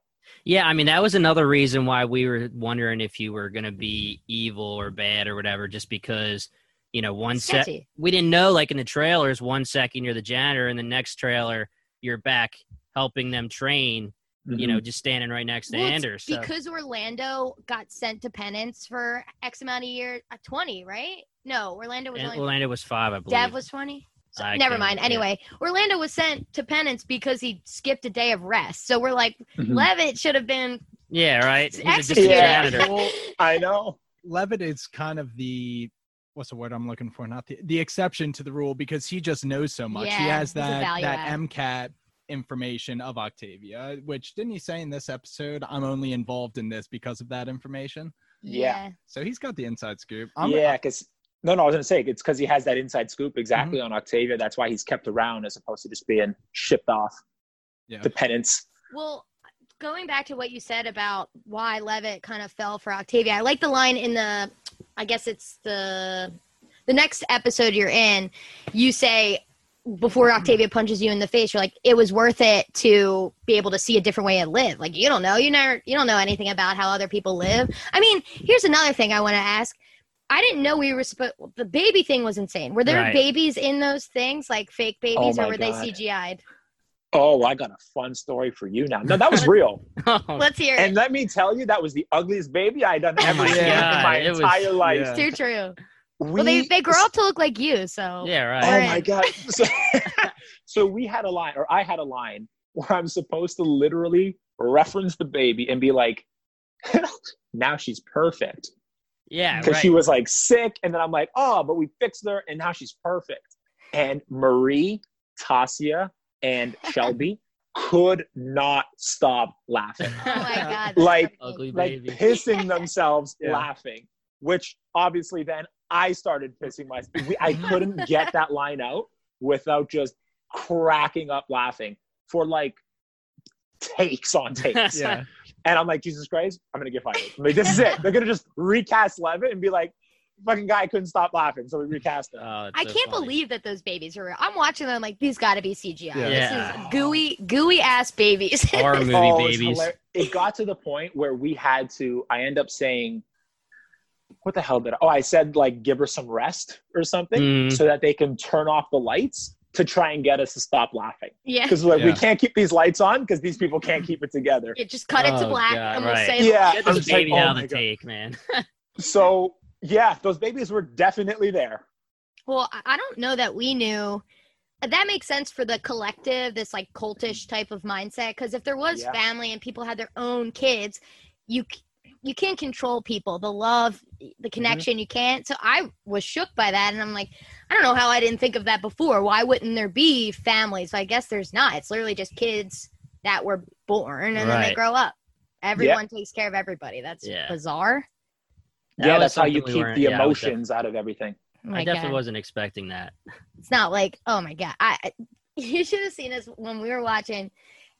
S1: Yeah, I mean that was another reason why we were wondering if you were going to be evil or bad or whatever, just because you know one set
S4: Sketchy.
S1: we didn't know like in the trailers one second you're the janitor and the next trailer you're back helping them train,
S3: Mm-hmm.
S1: you
S2: Mm-hmm.
S1: know, just standing right next to
S4: Well, it's
S1: Anders. So.
S4: Because Orlando got sent to penance for X amount of years, uh, 20, right? No, Orlando was
S1: And
S4: only.
S1: Orlando was five, I believe.
S4: Dev was 20? So,
S1: I
S4: never
S1: can't-
S4: mind.
S1: yeah.
S4: Anyway, Orlando was sent to penance because he skipped a day of rest. So we're like,
S3: Mm-hmm.
S2: Mhm.
S4: Levitt should have been.
S1: yeah, right. He's a
S4: Executed.
S1: different
S4: *laughs*
S2: Yeah.
S1: janitor.
S3: Well,
S2: *laughs* I know.
S3: Levitt is kind of the what's the word I'm looking for? Not the the exception to the rule because he just knows so much. he
S4: Yeah,
S3: has
S4: he's a
S3: that
S4: value
S3: that
S4: add.
S3: MCAT information of Octavia, which didn't he say in this episode? I'm only involved in this because of that information.
S2: Yeah.
S3: So he's got the inside scoop. I'm,
S2: yeah, because no, no, I was gonna say it's because he has that inside scoop exactly
S3: Mm-hmm.
S2: on Octavia. That's why he's kept around as opposed to just being shipped off
S3: Yeah.
S2: to penance.
S4: Well, going back to what you said about why Levitt kind of fell for Octavia, I like the line in the, I guess it's the, the next episode you're in, you say before Octavia punches you in the face, you're like, it was worth it to be able to see a different way and live. Like you don't know, you never, you don't know anything about how other people live. I mean, here's another thing I want to ask. I didn't know we were supposed. The baby thing was insane. Were there
S1: Right.
S4: babies in those things, like fake babies,
S2: my
S4: or were
S2: God.
S4: they CGI'd?
S2: Oh, I got a fun story for you now. No,
S1: *laughs*
S2: that was real.
S1: oh,
S4: Let's hear it.
S2: and let me tell you, that was the ugliest baby I'd done
S1: Oh
S2: ever
S1: my
S2: seen in
S1: God,
S2: my
S1: it was-
S2: entire life.
S3: yeah.
S4: Too true.
S2: We,
S4: Well, they, they grow up to look like you, so
S1: yeah,
S2: Oh
S1: right.
S4: Alright.
S2: my god! *laughs* So, so we had a line, or I had a line, where I'm supposed to literally reference the baby and be like, *laughs* "Now she's perfect,"
S1: Yeah,
S2: because
S1: right.
S2: she was like sick, and then I'm like, "Oh, but we fixed her, and now she's perfect." And Marie, Tasia, and Shelby could not stop laughing,
S4: Oh my god, that's
S2: Like-
S4: perfect.
S1: *laughs* Ugly
S2: like *laughs*
S1: baby. *laughs*
S2: pissing themselves
S3: Yeah.
S2: laughing, which obviously then I started pissing my. we- I couldn't get that line out without just cracking up laughing for like takes
S1: *laughs*
S2: on takes.
S3: yeah.
S2: And I'm like, Jesus Christ, I'm gonna get fired. I'm like, this is it. They're gonna just recast Levitt and be like, fucking guy couldn't stop laughing, so we recast him.
S1: Oh, it's
S4: I
S1: so
S4: can't
S1: funny.
S4: believe that those babies are real. I'm watching them like these got to be CGI.
S3: Yeah.
S1: Yeah.
S4: This is gooey, gooey ass babies. *laughs*
S1: horror movie
S2: Oh, it's
S1: babies.
S2: hilar- It got to the point where we had to. I end up saying, "What the hell did?" I, oh, I said like, "Give her some rest" or something,
S1: Mm.
S2: so that they can turn off the lights to try and get us to stop laughing.
S1: *laughs*
S4: yeah,
S2: Because like we
S3: Yeah.
S2: can't keep these lights on because these people can't keep it together.
S4: Yeah, just cut it to
S1: Oh,
S4: black,
S1: God,
S4: and we'll
S1: right.
S4: say
S2: Yeah,
S1: Get
S2: I
S1: this
S2: was like,
S1: baby
S2: oh
S1: out
S2: my
S1: of the
S2: God.
S1: take, man.
S2: So yeah, those babies were definitely there.
S4: Well, I- I don't know that we knew. Uh, That makes sense for the collective, this like cultish
S1: Mm-hmm.
S4: type of mindset. Because if there was
S2: Yeah.
S4: family and people had their own kids, you c- you can't control people, the love,
S1: Mm-hmm.
S4: the connection. You can't. So I was shook by that, and I'm like, I don't know how I didn't think of that before. Why wouldn't there be families? So I guess there's not. It's literally just kids that were born and then they
S1: Right.
S4: grow up. Everyone takes care of everybody. That's
S1: Yeah.
S4: bizarre.
S1: That
S2: yeah,
S1: was
S2: that's how you
S1: something we
S2: keep
S1: weren't-
S2: the
S1: yeah, I was
S2: emotions out of everything.
S4: Oh
S1: I
S4: my
S1: definitely
S4: God.
S1: wasn't expecting that.
S4: it's not like oh my god i *laughs* I- you should have seen us when we were watching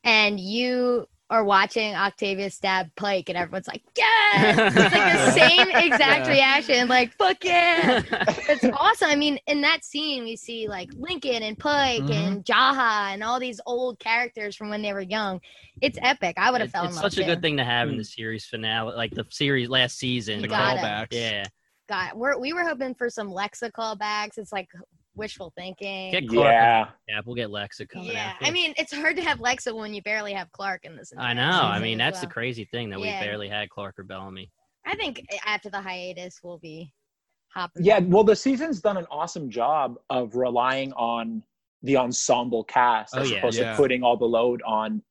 S4: and you are watching octavia stab pike and everyone's like yeah it's like
S1: *laughs*
S4: the same exact
S3: Yeah.
S4: reaction like fuck *laughs* yeah
S1: *laughs*
S4: it's awesome i mean in that scene we see like lincoln and pike
S1: Mm-hmm.
S4: and jaha and all these old characters from when they were young it's epic i would have
S1: It's-
S4: felt
S1: it's
S4: in love
S1: such a
S4: too.
S1: good thing to have in
S2: Mm.
S1: the series finale, like the series last season.
S3: The
S4: You got
S1: Like,
S4: it.
S3: callbacks.
S1: yeah,
S4: god we're, we were hoping for some lexa callbacks it's like wishful thinking
S1: Get Clark
S2: Yeah,
S1: yeah, we'll get Lexa coming.
S4: Yeah,
S1: after.
S4: I mean, it's hard to have Lexa when you barely have Clark in this.
S1: I
S4: entire
S1: know.
S4: season
S1: I mean,
S4: as
S1: that's the
S4: well.
S1: crazy thing that
S4: Yeah.
S1: we barely had Clark or Bellamy.
S4: I think after the hiatus, we'll be hopping.
S2: yeah. Well, the season's done an awesome job of relying on the ensemble cast
S1: Oh,
S2: as
S1: yeah.
S2: opposed
S3: Yeah.
S2: to putting all the load on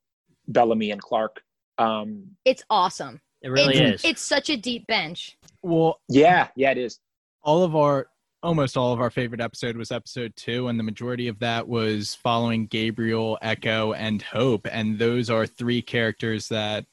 S2: Bellamy and Clark. Um,
S4: It's awesome.
S1: It really
S4: it's,
S1: is.
S4: It's such a deep bench.
S3: Well,
S2: yeah, yeah, it is.
S3: all of our almost all of our favorite episode was episode two and the majority of that was following gabriel echo and hope and those are three characters that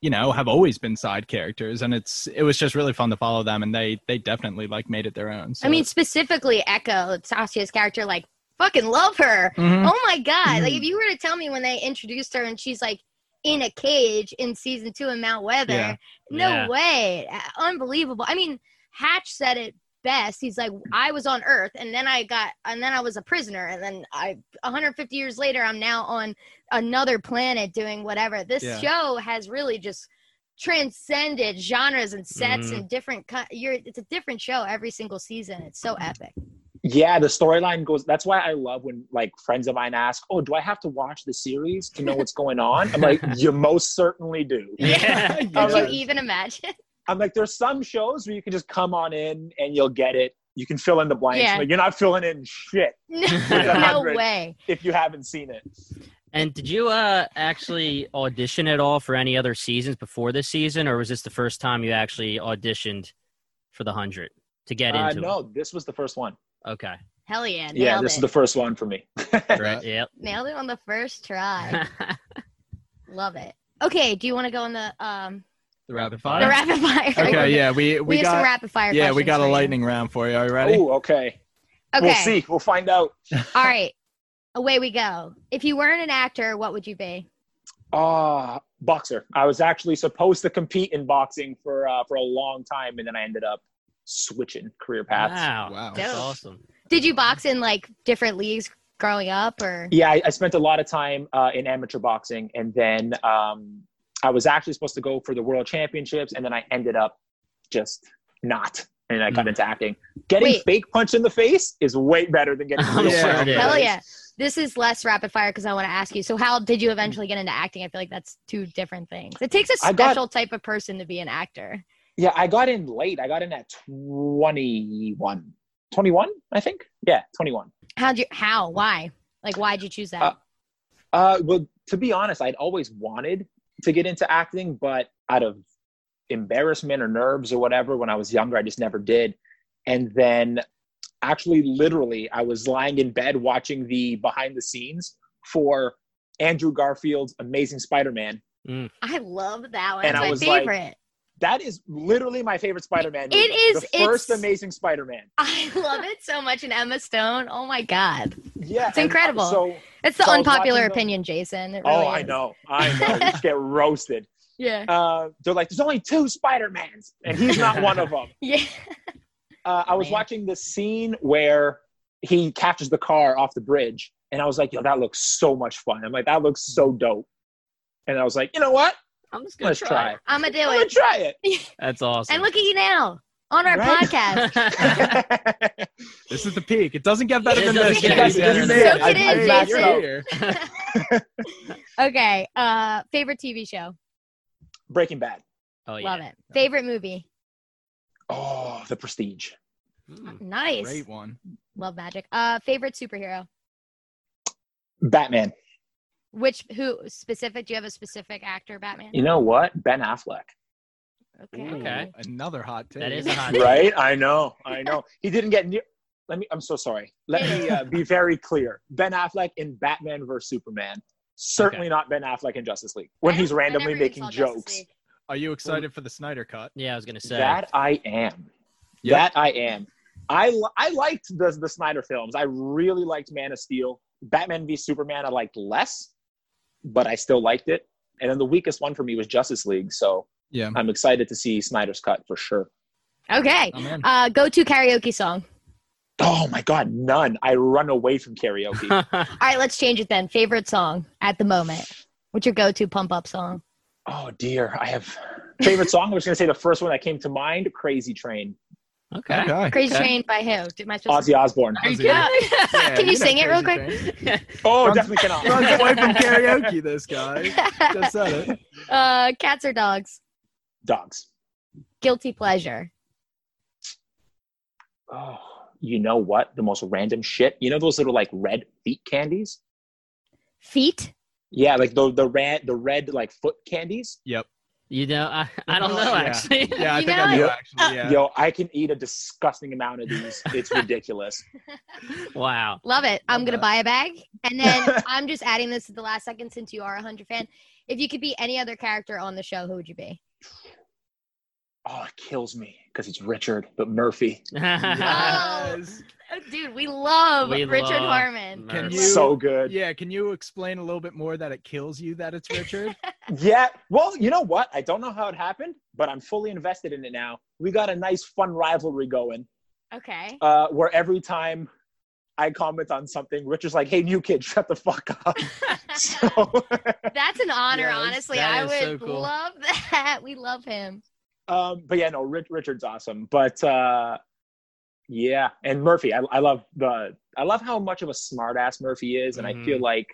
S3: you know have always been side characters and it's it was just really fun to follow them and they they definitely like made it their own so.
S4: I mean, specifically Echo, Sasha's character, like fucking love her.
S3: Mhm.
S4: Oh my god! Like
S3: Mhm.
S4: if you were to tell me when they introduced her and she's like in a cage in season two in Mount Weather,
S3: Yeah.
S4: no
S1: Yeah.
S4: way, Uh, unbelievable. I mean, Hatch said it best. He's like, I was on Earth, and then I got, and then I was a prisoner, and then I, 150 years later, I'm now on another planet doing whatever. This
S3: Yeah.
S4: show has really just transcended genres and
S3: Mm-hmm.
S4: sets
S1: Mhm.
S4: and different co- you're it's a different show every single season it's so epic
S2: Yeah, the storyline goes. That's why I love when like friends of mine ask, "Oh, do I have to watch the series to know what's going on?"
S1: *laughs*
S2: I'm like, "You most certainly do."
S1: *laughs* Yeah.
S3: Yeah.
S2: I'm
S4: could you
S2: like-
S4: even
S3: *laughs*
S4: imagine *laughs*
S2: I'm like, "There's some shows where you can just come on in and you'll get it. You can fill in the blanks.
S4: Yeah.
S2: Like, you're not filling in shit
S4: no, no
S2: 100.
S4: way
S2: if you haven't seen it."
S1: and did you uh, actually audition at all for any other seasons before this season, or was this the first time you actually auditioned for the hundred to get
S2: Uh,
S1: into?
S2: no, this was the first one.
S1: It? Okay.
S4: Hell yeah. Nailed
S2: yeah, this
S4: it.
S2: is the first one for me.
S4: Uh,
S3: Right.
S1: Yep.
S4: Nailed it on the first
S1: *laughs*
S3: *laughs*
S4: try. Love it. Okay, do you want to go on the um
S3: the rapid
S4: the
S3: fire
S4: rapid fire? *laughs*
S3: okay yeah we
S4: We,
S3: we,
S4: have some
S3: got
S4: rapid fire.
S3: yeah we
S4: questions
S3: got a
S4: for you.
S3: lightning round for you are you ready
S2: oh, okay.
S4: Okay.
S2: We'll see. We'll find out.
S4: All right. Away we go. If you weren't an actor, what would you be?
S2: Ah, boxer. I was actually supposed to compete in boxing for uh, for a long time, and then I ended up switching career paths.
S1: Wow.
S3: Wow.
S1: That's
S4: Dope.
S1: awesome.
S4: Did you box in like different leagues growing up or
S2: Yeah, I, I spent a lot of time uh, in amateur boxing, and then um, I was actually supposed to go for the world championships, and then I ended up just not, and I got
S1: Mm.
S2: into acting. Getting
S4: Wait.
S2: fake punched in the face is way better than getting.
S1: I'm
S2: real
S3: sure
S2: punched
S3: it
S2: in the
S1: is.
S4: Hell
S2: face.
S4: yeah. This is less rapid fire because I want to ask you. So how did you eventually get into acting? I feel like that's two different things. It takes a
S2: I got-
S4: special type of person to be an actor.
S2: Yeah, I got in late. I got in at 21. 21, I think. Yeah, 21.
S4: How'd you how? Why? Like why'd you choose that?
S2: Uh, Uh, well, to be honest, I'd always wanted to get into acting, but out of embarrassment or nerves or whatever, when I was younger, I just never did. And then, actually, literally, I was lying in bed watching the behind the scenes for Andrew Garfield's Amazing Spider Man.
S4: I love that one.
S2: And
S4: That's
S2: I
S4: my
S2: was like-
S4: favorite.
S2: That is literally my favorite Spider Man.
S4: It is-
S2: the first
S4: it's-
S2: Amazing Spider Man.
S4: I love it so much. And Emma Stone. Oh my God.
S2: Yeah,
S4: It's
S2: and uh,
S4: incredible.
S2: So,
S4: It's the
S2: So I was
S4: unpopular
S2: watching the-
S4: opinion, Jason. It really
S2: oh, I
S4: is.
S2: know, I know, you just
S4: *laughs*
S2: get roasted.
S4: Yeah.
S2: Uh, they're like, there's only two Spider Mans, and he's not one of them.
S4: Yeah. *laughs*
S2: uh, I was
S4: Man.
S2: watching the scene where he catches the car off the bridge, and I was like, "Yo, that looks so much fun." I'm like, "That looks so dope," and I was like, "You know what?
S1: I'm just
S2: Let's try. it.
S4: I'm going to do
S2: I'm gonna
S4: it.
S2: try it."
S1: That's awesome.
S4: And look at you now on our
S2: Right?
S4: podcast. *laughs*
S3: this is the peak it doesn't get better
S1: It
S3: than
S1: doesn't
S3: this
S1: get
S3: guys.
S1: *laughs* better than
S3: You
S1: this.
S4: Soak it
S3: made it.
S4: *laughs*
S3: I-
S4: in,
S3: I backed
S2: Jason.
S3: out here.
S4: Okay. Uh, favorite TV show.
S2: *laughs* Breaking Bad.
S1: oh yeah.
S4: Love it. Favorite movie.
S2: Oh, The Prestige.
S1: Mm.
S4: Nice.
S3: great one
S4: Love magic. Uh, favorite superhero.
S2: Batman.
S4: Which who specific? Do you have a specific actor, Batman?
S2: You know what? Ben Affleck.
S4: Okay.
S1: Okay.
S3: another hot take
S1: That is a hot
S2: Right? I know. I know. He didn't get near. Let me. I'm so sorry. Let me uh, be very clear. Ben Affleck in Batman versus Superman. Certainly not Ben Affleck in Justice League when he's randomly
S4: Whenever you
S2: making
S4: saw Justice
S2: jokes.
S4: League.
S3: Are you excited for the Snyder cut?
S1: Yeah, I was gonna say. *laughs*
S2: That I am.
S3: Yep.
S2: That I am. I li- I liked the the Snyder films. I really liked Man of Steel. Batman v Superman I liked less, but I still liked it. And then the weakest one for me was Justice League, so
S3: Yeah.
S2: I'm excited to see Snyder's cut for sure.
S4: Okay.
S3: I'm in.
S4: Uh, go to karaoke song.
S2: Oh my god, none. I run away
S1: *laughs*
S2: from karaoke.
S4: All right, let's change it then. Favorite song at the moment. What's your go-to pump up song?
S2: oh dear. I have favorite song. I was going to say the first one that came to mind, Crazy Train.
S1: okay.
S4: Crazy
S1: Okay.
S4: Train by who? Did my supposed
S2: Ozzy Osbourne.
S1: Are you
S3: Ozzy. Yeah.
S4: to- *laughs*
S3: Yeah,
S4: Can you,
S3: know
S4: sing it real quick?
S3: Crazy Train.
S2: Oh,
S3: Runs-
S2: definitely cannot.
S3: Runs away from karaoke, this guy. Just said it.
S4: *laughs* uh, cats or dogs?
S2: Dogs.
S4: Guilty pleasure.
S2: Oh, you know what? The most random shit. You know those little like red feet candies?
S4: Feet?
S2: Yeah, like the the red the red like foot candies.
S3: Yep.
S1: You know, I, I don't know
S3: Yeah.
S1: actually. *laughs*
S3: Yeah, I
S4: You
S3: think
S4: know-
S3: I do
S2: Yep.
S3: actually. Yeah.
S2: Yo, I can eat a disgusting amount of these. It's ridiculous. *laughs*
S1: Wow.
S4: Love it. I'm
S3: Love
S4: going to
S3: that.
S4: buy a bag. And then I'm just adding this at the last second since you are a 100 fan. If you could be any other character on the show, who would you be?
S2: Oh, it kills me because it's Richard, but Murphy.
S1: *laughs*
S3: *laughs*
S4: *laughs*
S3: Yes.
S4: Oh, dude, we love
S1: We
S4: Richard
S1: love
S4: Harmon.
S1: Murphy.
S3: Can you-
S2: So good.
S3: Yeah, can you explain a little bit more that it kills you that
S4: *laughs*
S3: it's Richard?
S2: Yeah. Well, you know what? I don't know how it happened, but I'm fully invested in it now. We got a nice, fun rivalry going *laughs*
S4: Okay.
S2: uh, where every time I comment on something, Richard's like, hey, new kid, *laughs* shut the fuck up. so,
S4: That's an honor,
S3: Yes,
S4: honestly.
S1: that
S4: I
S1: is
S4: would
S1: so cool.
S4: love *laughs* that. We love him.
S2: um, but yeah, no, Rich, Richard's awesome. But uh, yeah, and Murphy, I, I love the, I love how much of a smartass Murphy is, and I
S1: Mhm.
S4: Mm-hmm.
S2: feel like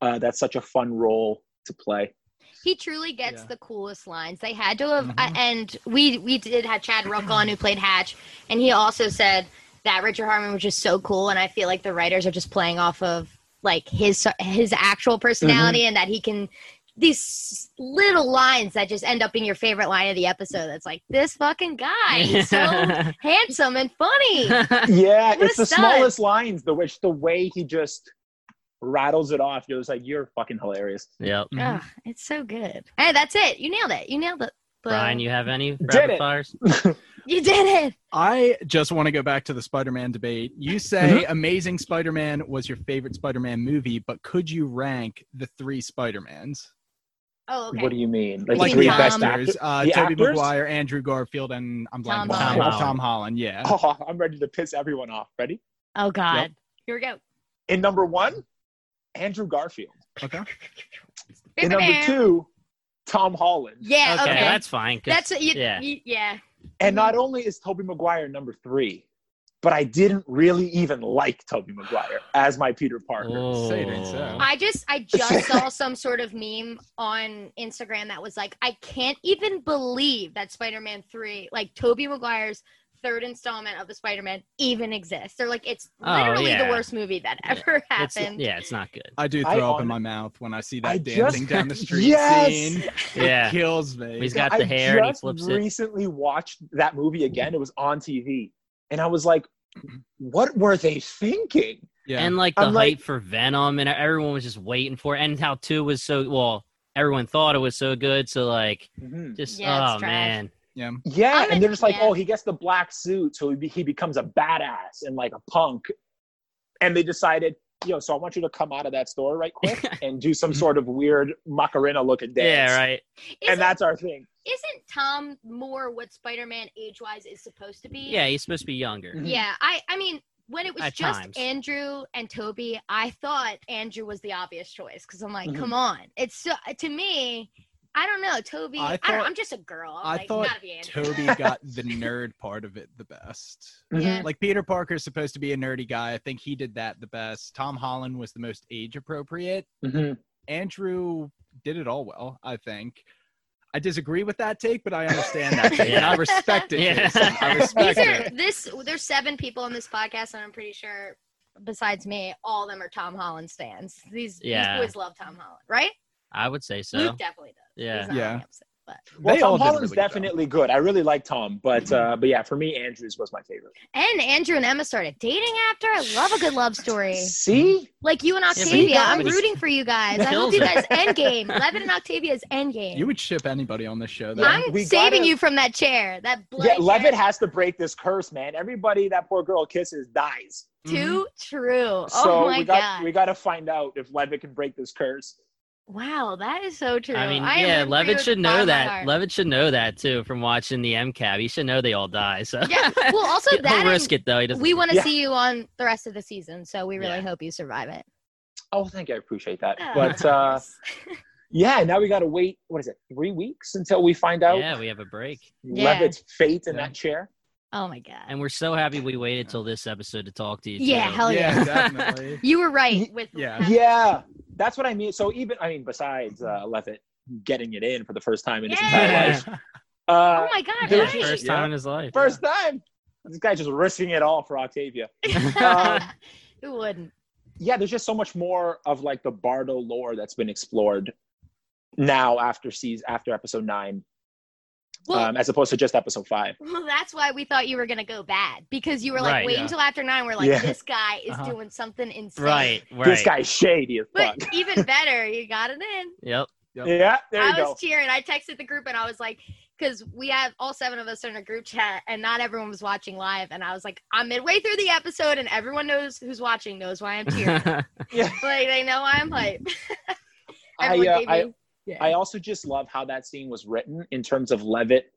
S2: uh, that's such a fun role to play.
S4: He truly gets
S3: Yeah.
S4: the coolest lines. They had to have,
S3: Mhm.
S4: uh, and we we did have Chad Ruck on who played Hatch, and he also said that Richard Harmon was just so cool, and I feel like the writers are just playing off of like his his actual personality, and that he can these little lines that just end up being your favorite line of the episode. That's like this fucking guy, he's
S1: *laughs*
S4: so handsome and funny.
S1: Mm-hmm.
S2: yeah,
S4: What a
S2: it's the
S4: stud.
S2: smallest lines, the which the way he just rattles it off. It was like you're fucking hilarious.
S1: yep.
S4: Ugh, it's so good. Hey, that's it. You nailed it. You nailed it. Blue.
S1: Brian, you have any
S2: Did
S1: rapid
S2: it.
S1: fires?
S4: you did it.
S3: I just want to go back to the Spider-Man debate.
S4: Mm-hmm.
S3: You say Amazing Spider-Man was your favorite Spider-Man movie, but could you rank the three Spider-Mans?
S4: Oh, okay.
S2: What do you mean? Like,
S4: Like
S2: the three
S4: Tom-
S2: best
S3: actors,
S2: actors?
S3: uh,
S2: The
S3: Toby
S2: actors?
S3: Maguire, Andrew Garfield, and I'm
S4: Tom
S3: blanking. Tom,
S2: Holland.
S3: Holland. Tom Holland, yeah.
S2: Oh, *laughs* I'm ready to piss everyone off. Ready?
S4: Oh God.
S3: Yep.
S4: Here we go.
S2: In number one, Andrew Garfield.
S3: Okay.
S2: In number two, Tom Holland.
S4: Yeah,
S1: okay,
S4: okay.
S1: that's fine. 'cause-
S4: That's what you, yeah.
S1: yeah.
S4: You, yeah.
S2: And not only is Toby Maguire number three, but I didn't really even like Toby Maguire as my Peter Parker.
S1: Oh.
S3: Say it ain't so.
S4: I just I just saw some sort of meme on Instagram that was like, I can't even believe that Spider-Man 3, like Toby Maguire's third installment of the Spider-Man even exists. They're like it's
S1: Oh,
S4: literally the
S1: yeah.
S4: worst movie that ever
S1: It's-
S4: happened.
S1: yeah, it's not good.
S3: I do
S2: I
S3: throw up
S2: hon-
S3: in my mouth when I see that
S2: I
S3: dancing
S2: just-
S3: down
S2: *laughs*
S3: the street
S2: Yes!
S1: *laughs*
S3: scene.
S1: Yeah.
S3: Kills me.
S1: He's got the hair and
S2: I
S1: he
S2: just
S1: flips it.
S2: recently watched that movie again. It was on TV, and I was like, "What were they thinking?"
S3: yeah.
S1: And like the
S2: I'm like-
S1: hype for Venom and everyone was just waiting for it. And how two was so well, everyone thought it was so good. So like
S2: Mhm.
S1: just
S4: Yeah, it's
S1: oh
S4: trash.
S1: man.
S3: yeah.
S2: Yeah,
S4: I'm in-
S2: and they're just like,
S4: yeah.
S2: "Oh, he gets the black suit, so he, be- he becomes a badass and like a punk." And they decided, "Yo, so I want you to come out of that store right quick and do some sort of weird Macarena looking dance."
S1: Yeah, right.
S2: And
S4: Isn't,
S2: that's our thing.
S4: isn't Tom more what Spider-Man age-wise is supposed to be?
S1: Yeah, he's supposed to be
S2: Mm-hmm.
S1: younger.
S4: Yeah, I I mean when it was
S1: Mm-hmm. At
S4: just
S1: times.
S4: Andrew and Toby, I thought Andrew was the obvious choice because I'm like,
S2: Mhm.
S1: Mm-hmm.
S4: come on, it's so to me. I don't know, Toby. I,
S3: I
S4: don't,
S3: thought-
S4: I'm just a girl.
S3: I
S4: I'm like,
S3: thought
S4: gotta be Andrew.
S3: Toby got the nerd part of it the best.
S4: Yeah.
S3: Like Peter Parker's supposed to be a nerdy guy. I think he did that the best. Tom Holland was the most age appropriate.
S2: Mhm.
S3: Andrew did it all well, I think. I disagree with that take, but I understand that take. And
S1: *laughs*
S3: I
S1: Yeah.
S3: respect it.
S1: Yeah.
S3: Jason. I
S1: *laughs*
S4: These
S3: respect
S4: are
S3: it.
S4: this. There's seven people on this podcast, and I'm pretty sure, besides me, all of them are Tom Holland stands. These
S1: Yeah.
S4: these boys love Tom Holland, right?
S1: I would say so.
S4: Luke definitely does.
S1: Yeah.
S4: He's not
S3: Yeah.
S4: really upset, but
S2: Well,
S3: They all
S2: Tom
S3: did
S2: Holland's
S3: really well.
S2: definitely good. I really like Tom, but uh, but yeah, for me, Andrews was my favorite.
S4: and Andrew and Emma started dating after. I love a good love story.
S2: See,
S4: Like you and
S1: but
S4: Octavia,
S2: he's-
S4: I'm
S1: but he's-
S4: rooting for you guys. I hope
S1: Kills
S4: you
S1: it.
S4: guys end game. Levin and Octavia's end game.
S3: You would ship anybody on this show, though.
S4: I'm
S2: We
S4: saving
S2: gotta-
S4: you from that chair. That bloody
S2: yeah, Levitt
S4: chair.
S2: has to break this curse, man. Everybody that poor girl kisses dies.
S1: Mm-hmm.
S4: Too true.
S2: So
S4: oh my
S2: we got
S4: god.
S2: we got to find out if Levitt can break this curse.
S4: Wow, that is so true.
S1: I
S4: am
S1: mean, yeah,
S4: rooting for you
S1: Levitt
S4: with
S1: should
S4: the
S1: know
S4: bottom of my
S1: that.
S4: heart.
S1: Levitt should know that too from watching the MCAB. He should know they all die. *laughs* So
S4: yeah. Well, also
S1: he'll
S4: that
S1: risk
S4: and
S1: it though. He doesn't.
S4: we want to
S2: Yeah.
S4: see you on the rest of the season, so we really
S1: Yeah.
S4: hope you survive it.
S2: Oh, thank you. I appreciate that.
S4: Ah,
S2: But uh,
S4: yes.
S2: yeah, now we got to wait. What is it? Three weeks until we find out
S1: yeah, we have a break,
S4: Yeah.
S2: Levitt's fate in
S3: Yeah.
S2: that chair.
S4: *laughs* oh my god.
S1: and we're so happy we waited till this episode to talk to you.
S4: Yeah,
S1: too.
S4: hell yeah.
S1: *laughs*
S3: yeah, definitely.
S4: You were right with
S3: Yeah.
S2: Yeah, that's what I mean. So even I mean, besides uh, Levitt getting it in for the first time in his entire
S1: Yeah.
S2: life, uh,
S4: Oh my god,
S2: Dude,
S1: Yeah,
S4: right.
S1: first time in his life.
S2: *laughs*
S1: *laughs*
S4: *laughs*
S2: first time. This guy just risking it all for Octavia.
S1: Yeah.
S2: Um,
S4: Who wouldn't?
S2: yeah, there's just so much more of like the Bardo lore that's been explored now after season after episode nine,
S4: Well,
S2: um, as opposed to just episode five.
S4: well, that's why we thought you were gonna go bad because you were like,
S1: Right,
S4: wait
S3: yeah.
S4: until after nine. We're like,
S2: Yeah.
S4: this guy is
S3: Uh-huh.
S4: doing something insane.
S1: *laughs* Right, right.
S2: This guy's shady as fuck. *laughs*
S4: But even better, you got it in.
S1: Yep. *laughs*
S2: yeah, there you
S4: I
S2: go.
S4: was cheering. I texted the group and I was like, because we have all seven of us are in a group chat and not everyone was watching live. And I was like, I'm midway through the episode and everyone knows who's watching knows why I'm
S1: *laughs*
S4: cheering.
S2: yeah.
S4: like they know why I'm hype.
S2: I,
S4: Everyone
S2: uh,
S4: gave
S2: I,
S4: me- yeah.
S2: I also just love how that scene was written in terms of Levitt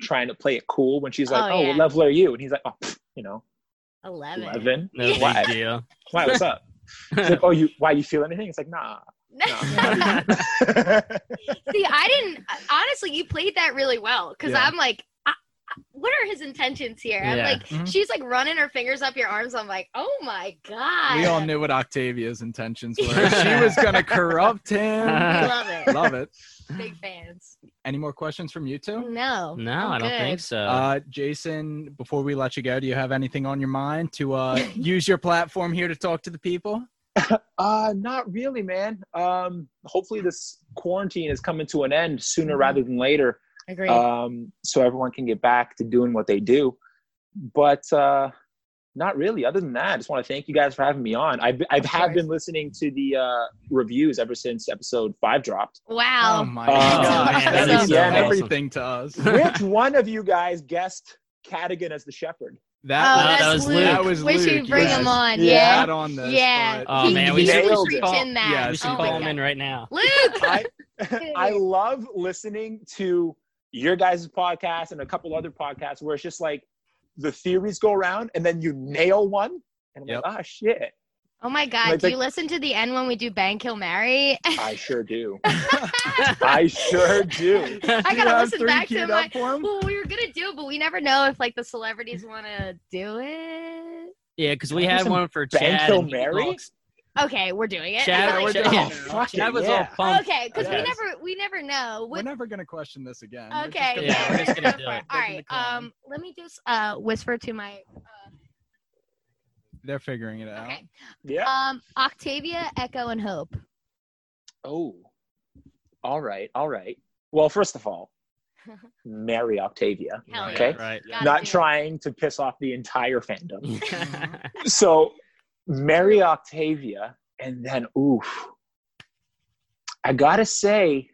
S2: trying to play it cool when she's like,
S4: Oh,
S2: "Oh,
S4: yeah.
S2: what level are you?" And he's like, "Oh, pfft, you know,
S4: 11. *laughs*
S2: eleven.
S1: no big
S2: Why?
S1: deal.
S2: Why? What's up?" He's like, "Oh, you? Why you feel anything?" It's like, "Nah."
S4: *laughs* See, I didn't. Honestly, you played that really well because
S3: Yeah.
S4: I'm like, I, I- what are his intentions here? I'm
S1: Yeah.
S4: like,
S3: Mhm.
S4: she's like running her fingers up your arms. I'm like, oh my god.
S3: We
S4: *laughs*
S3: all knew what Octavia's intentions were. she was going to
S4: *laughs*
S3: corrupt him.
S4: Love it.
S3: Love it.
S4: Big fans.
S3: Any more questions from you two?
S4: No.
S1: *laughs* No, I don't think so.
S3: Uh, Jason, before we let you go, do you have anything on your mind to
S4: *laughs*
S3: uh, use your platform here to talk to the people?
S2: Uh, not really, man. Um, hopefully this quarantine is coming to an end sooner
S4: Mm-hmm.
S2: rather than later.
S4: Agree.
S3: Uh,
S2: Um, so everyone can get back to doing what they do. But uh, not really. Other than that, I just want to thank you guys for having me on. I've I've
S4: Of
S2: have
S4: course.
S2: been listening to the uh, reviews ever since episode
S4: *laughs*
S2: five dropped.
S4: wow.
S3: Oh
S1: um,
S3: my
S2: Oh,
S3: gosh,
S4: man,
S3: that
S4: that's
S3: is
S2: so awesome.
S3: everything to us. That,
S4: Oh,
S2: Which one of you guys guessed Cadigan as the
S4: oh,
S2: shepherd?
S1: that
S4: that's
S1: was
S4: Luke.
S1: Luke.
S3: That was
S4: we
S3: Luke,
S4: should bring
S3: yes.
S4: him on.
S2: Yeah.
S4: Yeah.
S3: Not on this.
S4: Yeah.
S3: but-
S1: Oh,
S4: He-
S1: man, we
S4: he
S2: should-
S4: was
S2: Nailed it.
S4: preaching that.
S3: Yeah, we should
S4: oh
S1: call
S4: my
S1: him
S4: god.
S1: in right now.
S4: Luke. *laughs*
S2: I *laughs* I love listening to your guys' podcast and a couple other podcasts where it's just like the theories go around and then you nail one and I'm
S3: Yep.
S2: like, ah shit.
S4: Oh my god.
S2: Like,
S4: do
S2: like-
S4: you listen to the end when we do Bang Kill Mary? *laughs*
S2: I sure do. *laughs* I sure do.
S4: I
S3: You
S4: gotta
S3: have
S4: listen
S3: three
S4: back to
S3: queued
S4: my.
S3: up
S4: *laughs*
S3: for him?
S4: Well, we were gonna do, it, but we never know if like the celebrities want to do it.
S1: yeah, because we
S2: Can I do
S1: had
S2: some
S1: one for
S2: Bang
S1: Chad.
S2: Kill
S1: and he
S2: Mary?
S1: talks-
S4: Okay, we're doing it.
S1: Chad,
S4: I
S3: we're
S4: feel
S3: doing
S1: Chad,
S3: it.
S2: Fuck
S1: Chad
S2: it,
S1: was
S2: yeah.
S1: all pumped.
S4: Okay, because we
S2: Yes.
S4: never we never know.
S3: We're
S4: What,
S3: never going to question this again. We're just
S4: okay,
S3: gonna-
S1: Yeah, we're just gonna do it.
S4: All
S3: They're gonna
S4: right.
S3: call him.
S4: Um, let me just uh whisper to my.
S3: They're figuring it
S4: Uh,
S3: out.
S4: okay.
S2: Yeah.
S4: Um, Octavia, Echo, and Hope.
S2: Oh. All right. All right. Well, first
S4: *laughs*
S2: of all, marry Octavia.
S4: Hell
S1: Right,
S2: Okay.
S1: Right.
S4: Gotta
S2: Not
S4: do it.
S2: trying to piss off the entire fandom. so marry Octavia, and then oof. I gotta say,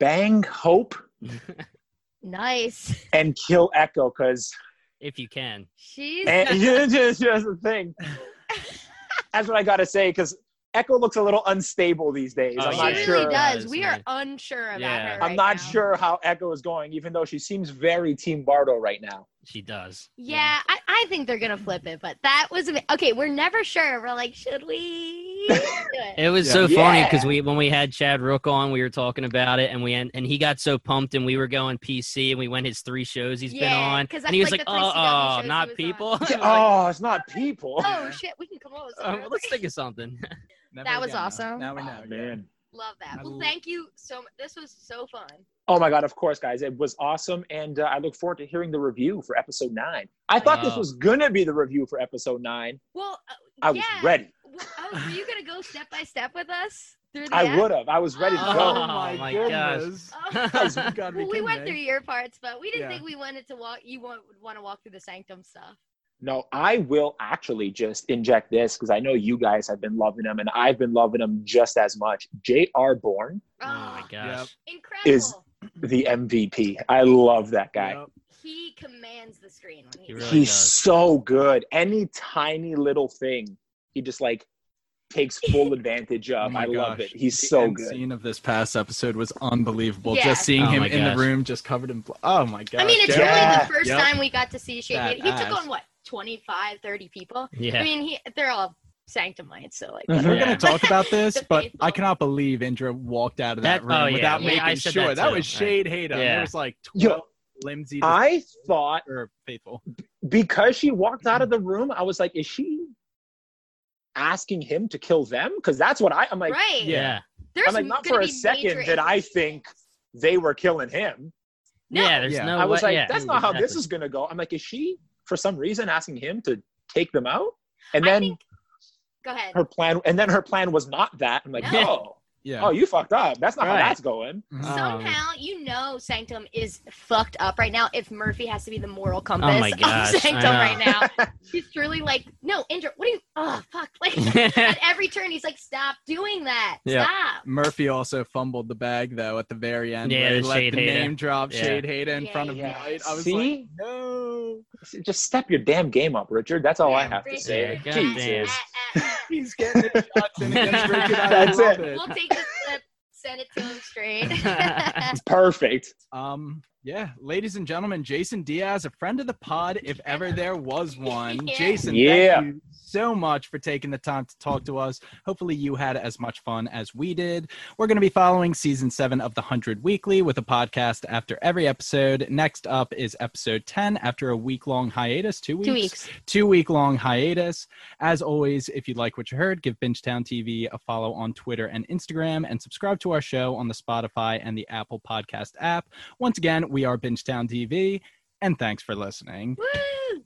S2: bang Hope
S4: *laughs* Nice. *laughs*
S2: and kill Echo because
S1: *laughs* if you can.
S4: She's.
S2: and *laughs* yeah, just, just the thing. That's what I gotta say because Echo looks a little unstable these days.
S1: Oh,
S2: I'm
S4: she
S2: not
S4: really
S2: sure.
S4: does.
S1: Does,
S4: We
S1: man.
S4: are unsure about
S1: Yeah.
S4: her.
S2: I'm
S4: right
S2: not
S4: now.
S2: sure how Echo is going, even though she seems very Team Bardo right now.
S1: She does.
S4: Yeah, I, I think they're gonna flip it, but that was ama- okay. We're never sure. We're like, should we? do
S1: *laughs*
S4: it?
S1: It was
S3: Yeah.
S1: so funny because
S2: Yeah.
S1: we when we had Chad Rook on, we were talking about it, and we and he got so pumped, and we were going PC, and we went his three shows he's been
S4: Yeah,
S1: on,
S4: 'cause
S1: and he was
S4: that's
S1: like,
S4: like the three
S1: "Oh,
S4: CW shows
S1: oh
S4: he
S1: not
S4: was on."
S1: people." *laughs* We're like,
S2: Oh, it's not people.
S4: Oh shit, we can come up with
S1: "Uh,
S4: something.
S1: well, let's think
S4: *laughs*
S1: of something.
S3: Never
S4: That was
S3: again, though.
S4: awesome.
S3: Now we know.
S2: Oh,
S3: yeah.
S2: man.
S4: Love that.
S3: I
S4: Well,
S3: l-
S4: thank you so much. This was so fun.
S2: Oh my God, of course, guys. It was awesome. And uh, I look forward to hearing the review for episode nine. I thought this
S1: Wow.
S2: was going to be the review for episode nine.
S4: Well, uh,
S2: I
S4: yeah.
S2: was ready.
S4: W- Oh, were you gonna go step by step with us through the?
S2: I
S4: app?
S2: would have. I was ready to
S1: Oh,
S2: go.
S1: my gosh.
S4: Oh.
S3: *laughs* Guys, you gotta be
S4: Well, *laughs* we
S3: kidding
S4: went
S3: me.
S4: through your parts, but we didn't
S3: Yeah.
S4: think we wanted to walk. You want would want to walk through the sanctum stuff.
S2: No, I will actually just inject this because I know you guys have been loving them and I've been loving them just as much. J.R. Bourne,
S1: oh my
S4: Oh,
S1: gosh.
S4: incredible!
S2: the MVP. I love that guy. oh
S3: Yep.
S4: He commands the screen. When
S1: He
S4: he's
S1: really
S2: He's
S1: does.
S2: so good. Any tiny little thing, he just like takes full advantage
S3: Oh
S2: of.
S3: my
S2: I love
S3: gosh.
S2: it. He's
S3: The
S2: so
S3: end
S2: good.
S3: Scene of this past episode was unbelievable.
S4: Yeah.
S3: Just seeing
S1: Oh
S3: him
S1: my
S3: in the
S1: gosh.
S3: room, just covered in blood. Oh my god!
S4: I mean, it's
S2: Yeah.
S4: really the first
S3: Yep.
S4: time we got to see Shane.
S3: That
S4: He he took
S3: ass.
S4: on what 25, 30 people.
S1: Yeah.
S4: I mean, he they're all sanctumites, so like.
S2: Mhm.
S3: We're
S4: whatever.
S3: gonna talk about
S4: *laughs*
S3: this,
S4: The
S3: but
S4: faithful.
S3: I cannot believe Indra walked out of
S1: That-
S3: that, room
S1: oh, yeah.
S3: without
S1: Yeah,
S3: making
S1: I said that
S3: sure. That,
S1: too.
S3: was shade hate. on.
S1: Yeah.
S3: There was like
S2: Yo,
S3: twelve Lindsay to-
S2: *laughs* I thought
S3: or faithful.
S2: because she walked out of
S4: Mm-hmm.
S2: the room, I was like, is she asking him to kill them? Because that's what I, I'm *laughs* like,
S4: right.
S3: Yeah.
S1: yeah.
S4: There's
S2: I'm like, not
S4: gonna
S2: for a
S4: be
S2: second
S4: major
S2: did I
S4: implications.
S2: think- they were killing him.
S4: No.
S1: Yeah, there's
S3: Yeah.
S1: no
S2: I was
S1: way-
S2: like,
S1: Oh, yeah,
S2: that's not how this
S1: exactly.
S2: is going to go. I'm like, is she for some reason asking him to take them out? And
S4: I
S2: then
S4: think- Go ahead.
S2: her plan and then her plan was not that i'm like
S4: No.
S2: oh
S3: Yeah.
S2: oh you fucked up that's not
S1: Right.
S2: how that's going
S1: Mhm. *laughs*
S4: Somehow, you know, Sanctum is fucked up right now. If Murphy has to be the moral compass
S1: Oh my gosh, I
S4: *laughs* of Sanctum
S1: know.
S4: right
S1: *laughs*
S4: now, she's truly like, no, Indra, what are you? Oh, fuck! Like at every turn, he's like, stop doing that.
S3: Yeah.
S4: Stop.
S3: Murphy also fumbled the bag though at the very end.
S1: Yeah,
S3: where he
S1: the
S3: let
S1: Shade
S3: the
S1: Hater.
S3: name drop
S1: Yeah.
S3: Shade Hater in
S4: Yeah,
S3: front of
S4: yeah.
S3: Knight. I was like,
S2: see
S3: no.
S2: just step your damn game up richard that's all i have to
S4: Richard,
S2: say
S1: Yeah,
S4: ah,
S1: Jesus.
S4: ah, ah, ah.
S3: He's getting his shots in *laughs* against Ricky.
S2: That's
S3: That's it. it.
S4: eh. We'll take the clip, send it to him
S1: *laughs*
S4: straight.
S1: Um,
S4: *laughs*
S2: it's perfect
S3: Um, yeah, ladies and gentlemen, Jason Diaz, a friend of the pod, if ever there was one.
S4: Yeah.
S3: Jason,
S2: Yeah.
S3: thank you so much for taking the time to talk to us. Hopefully, you had as much fun as we did. We're going to be following season seven of The 100 Weekly with a podcast after every episode. Next up is episode 10 after a week long hiatus, two weeks.
S4: Two weeks.
S3: two week long hiatus. As always, if you like what you heard, give Bingetown TV a follow on Twitter and Instagram and subscribe to our show on the Spotify and the Apple Podcast app. Once again, we are Bingetown TV, and thanks for listening.
S4: Woo!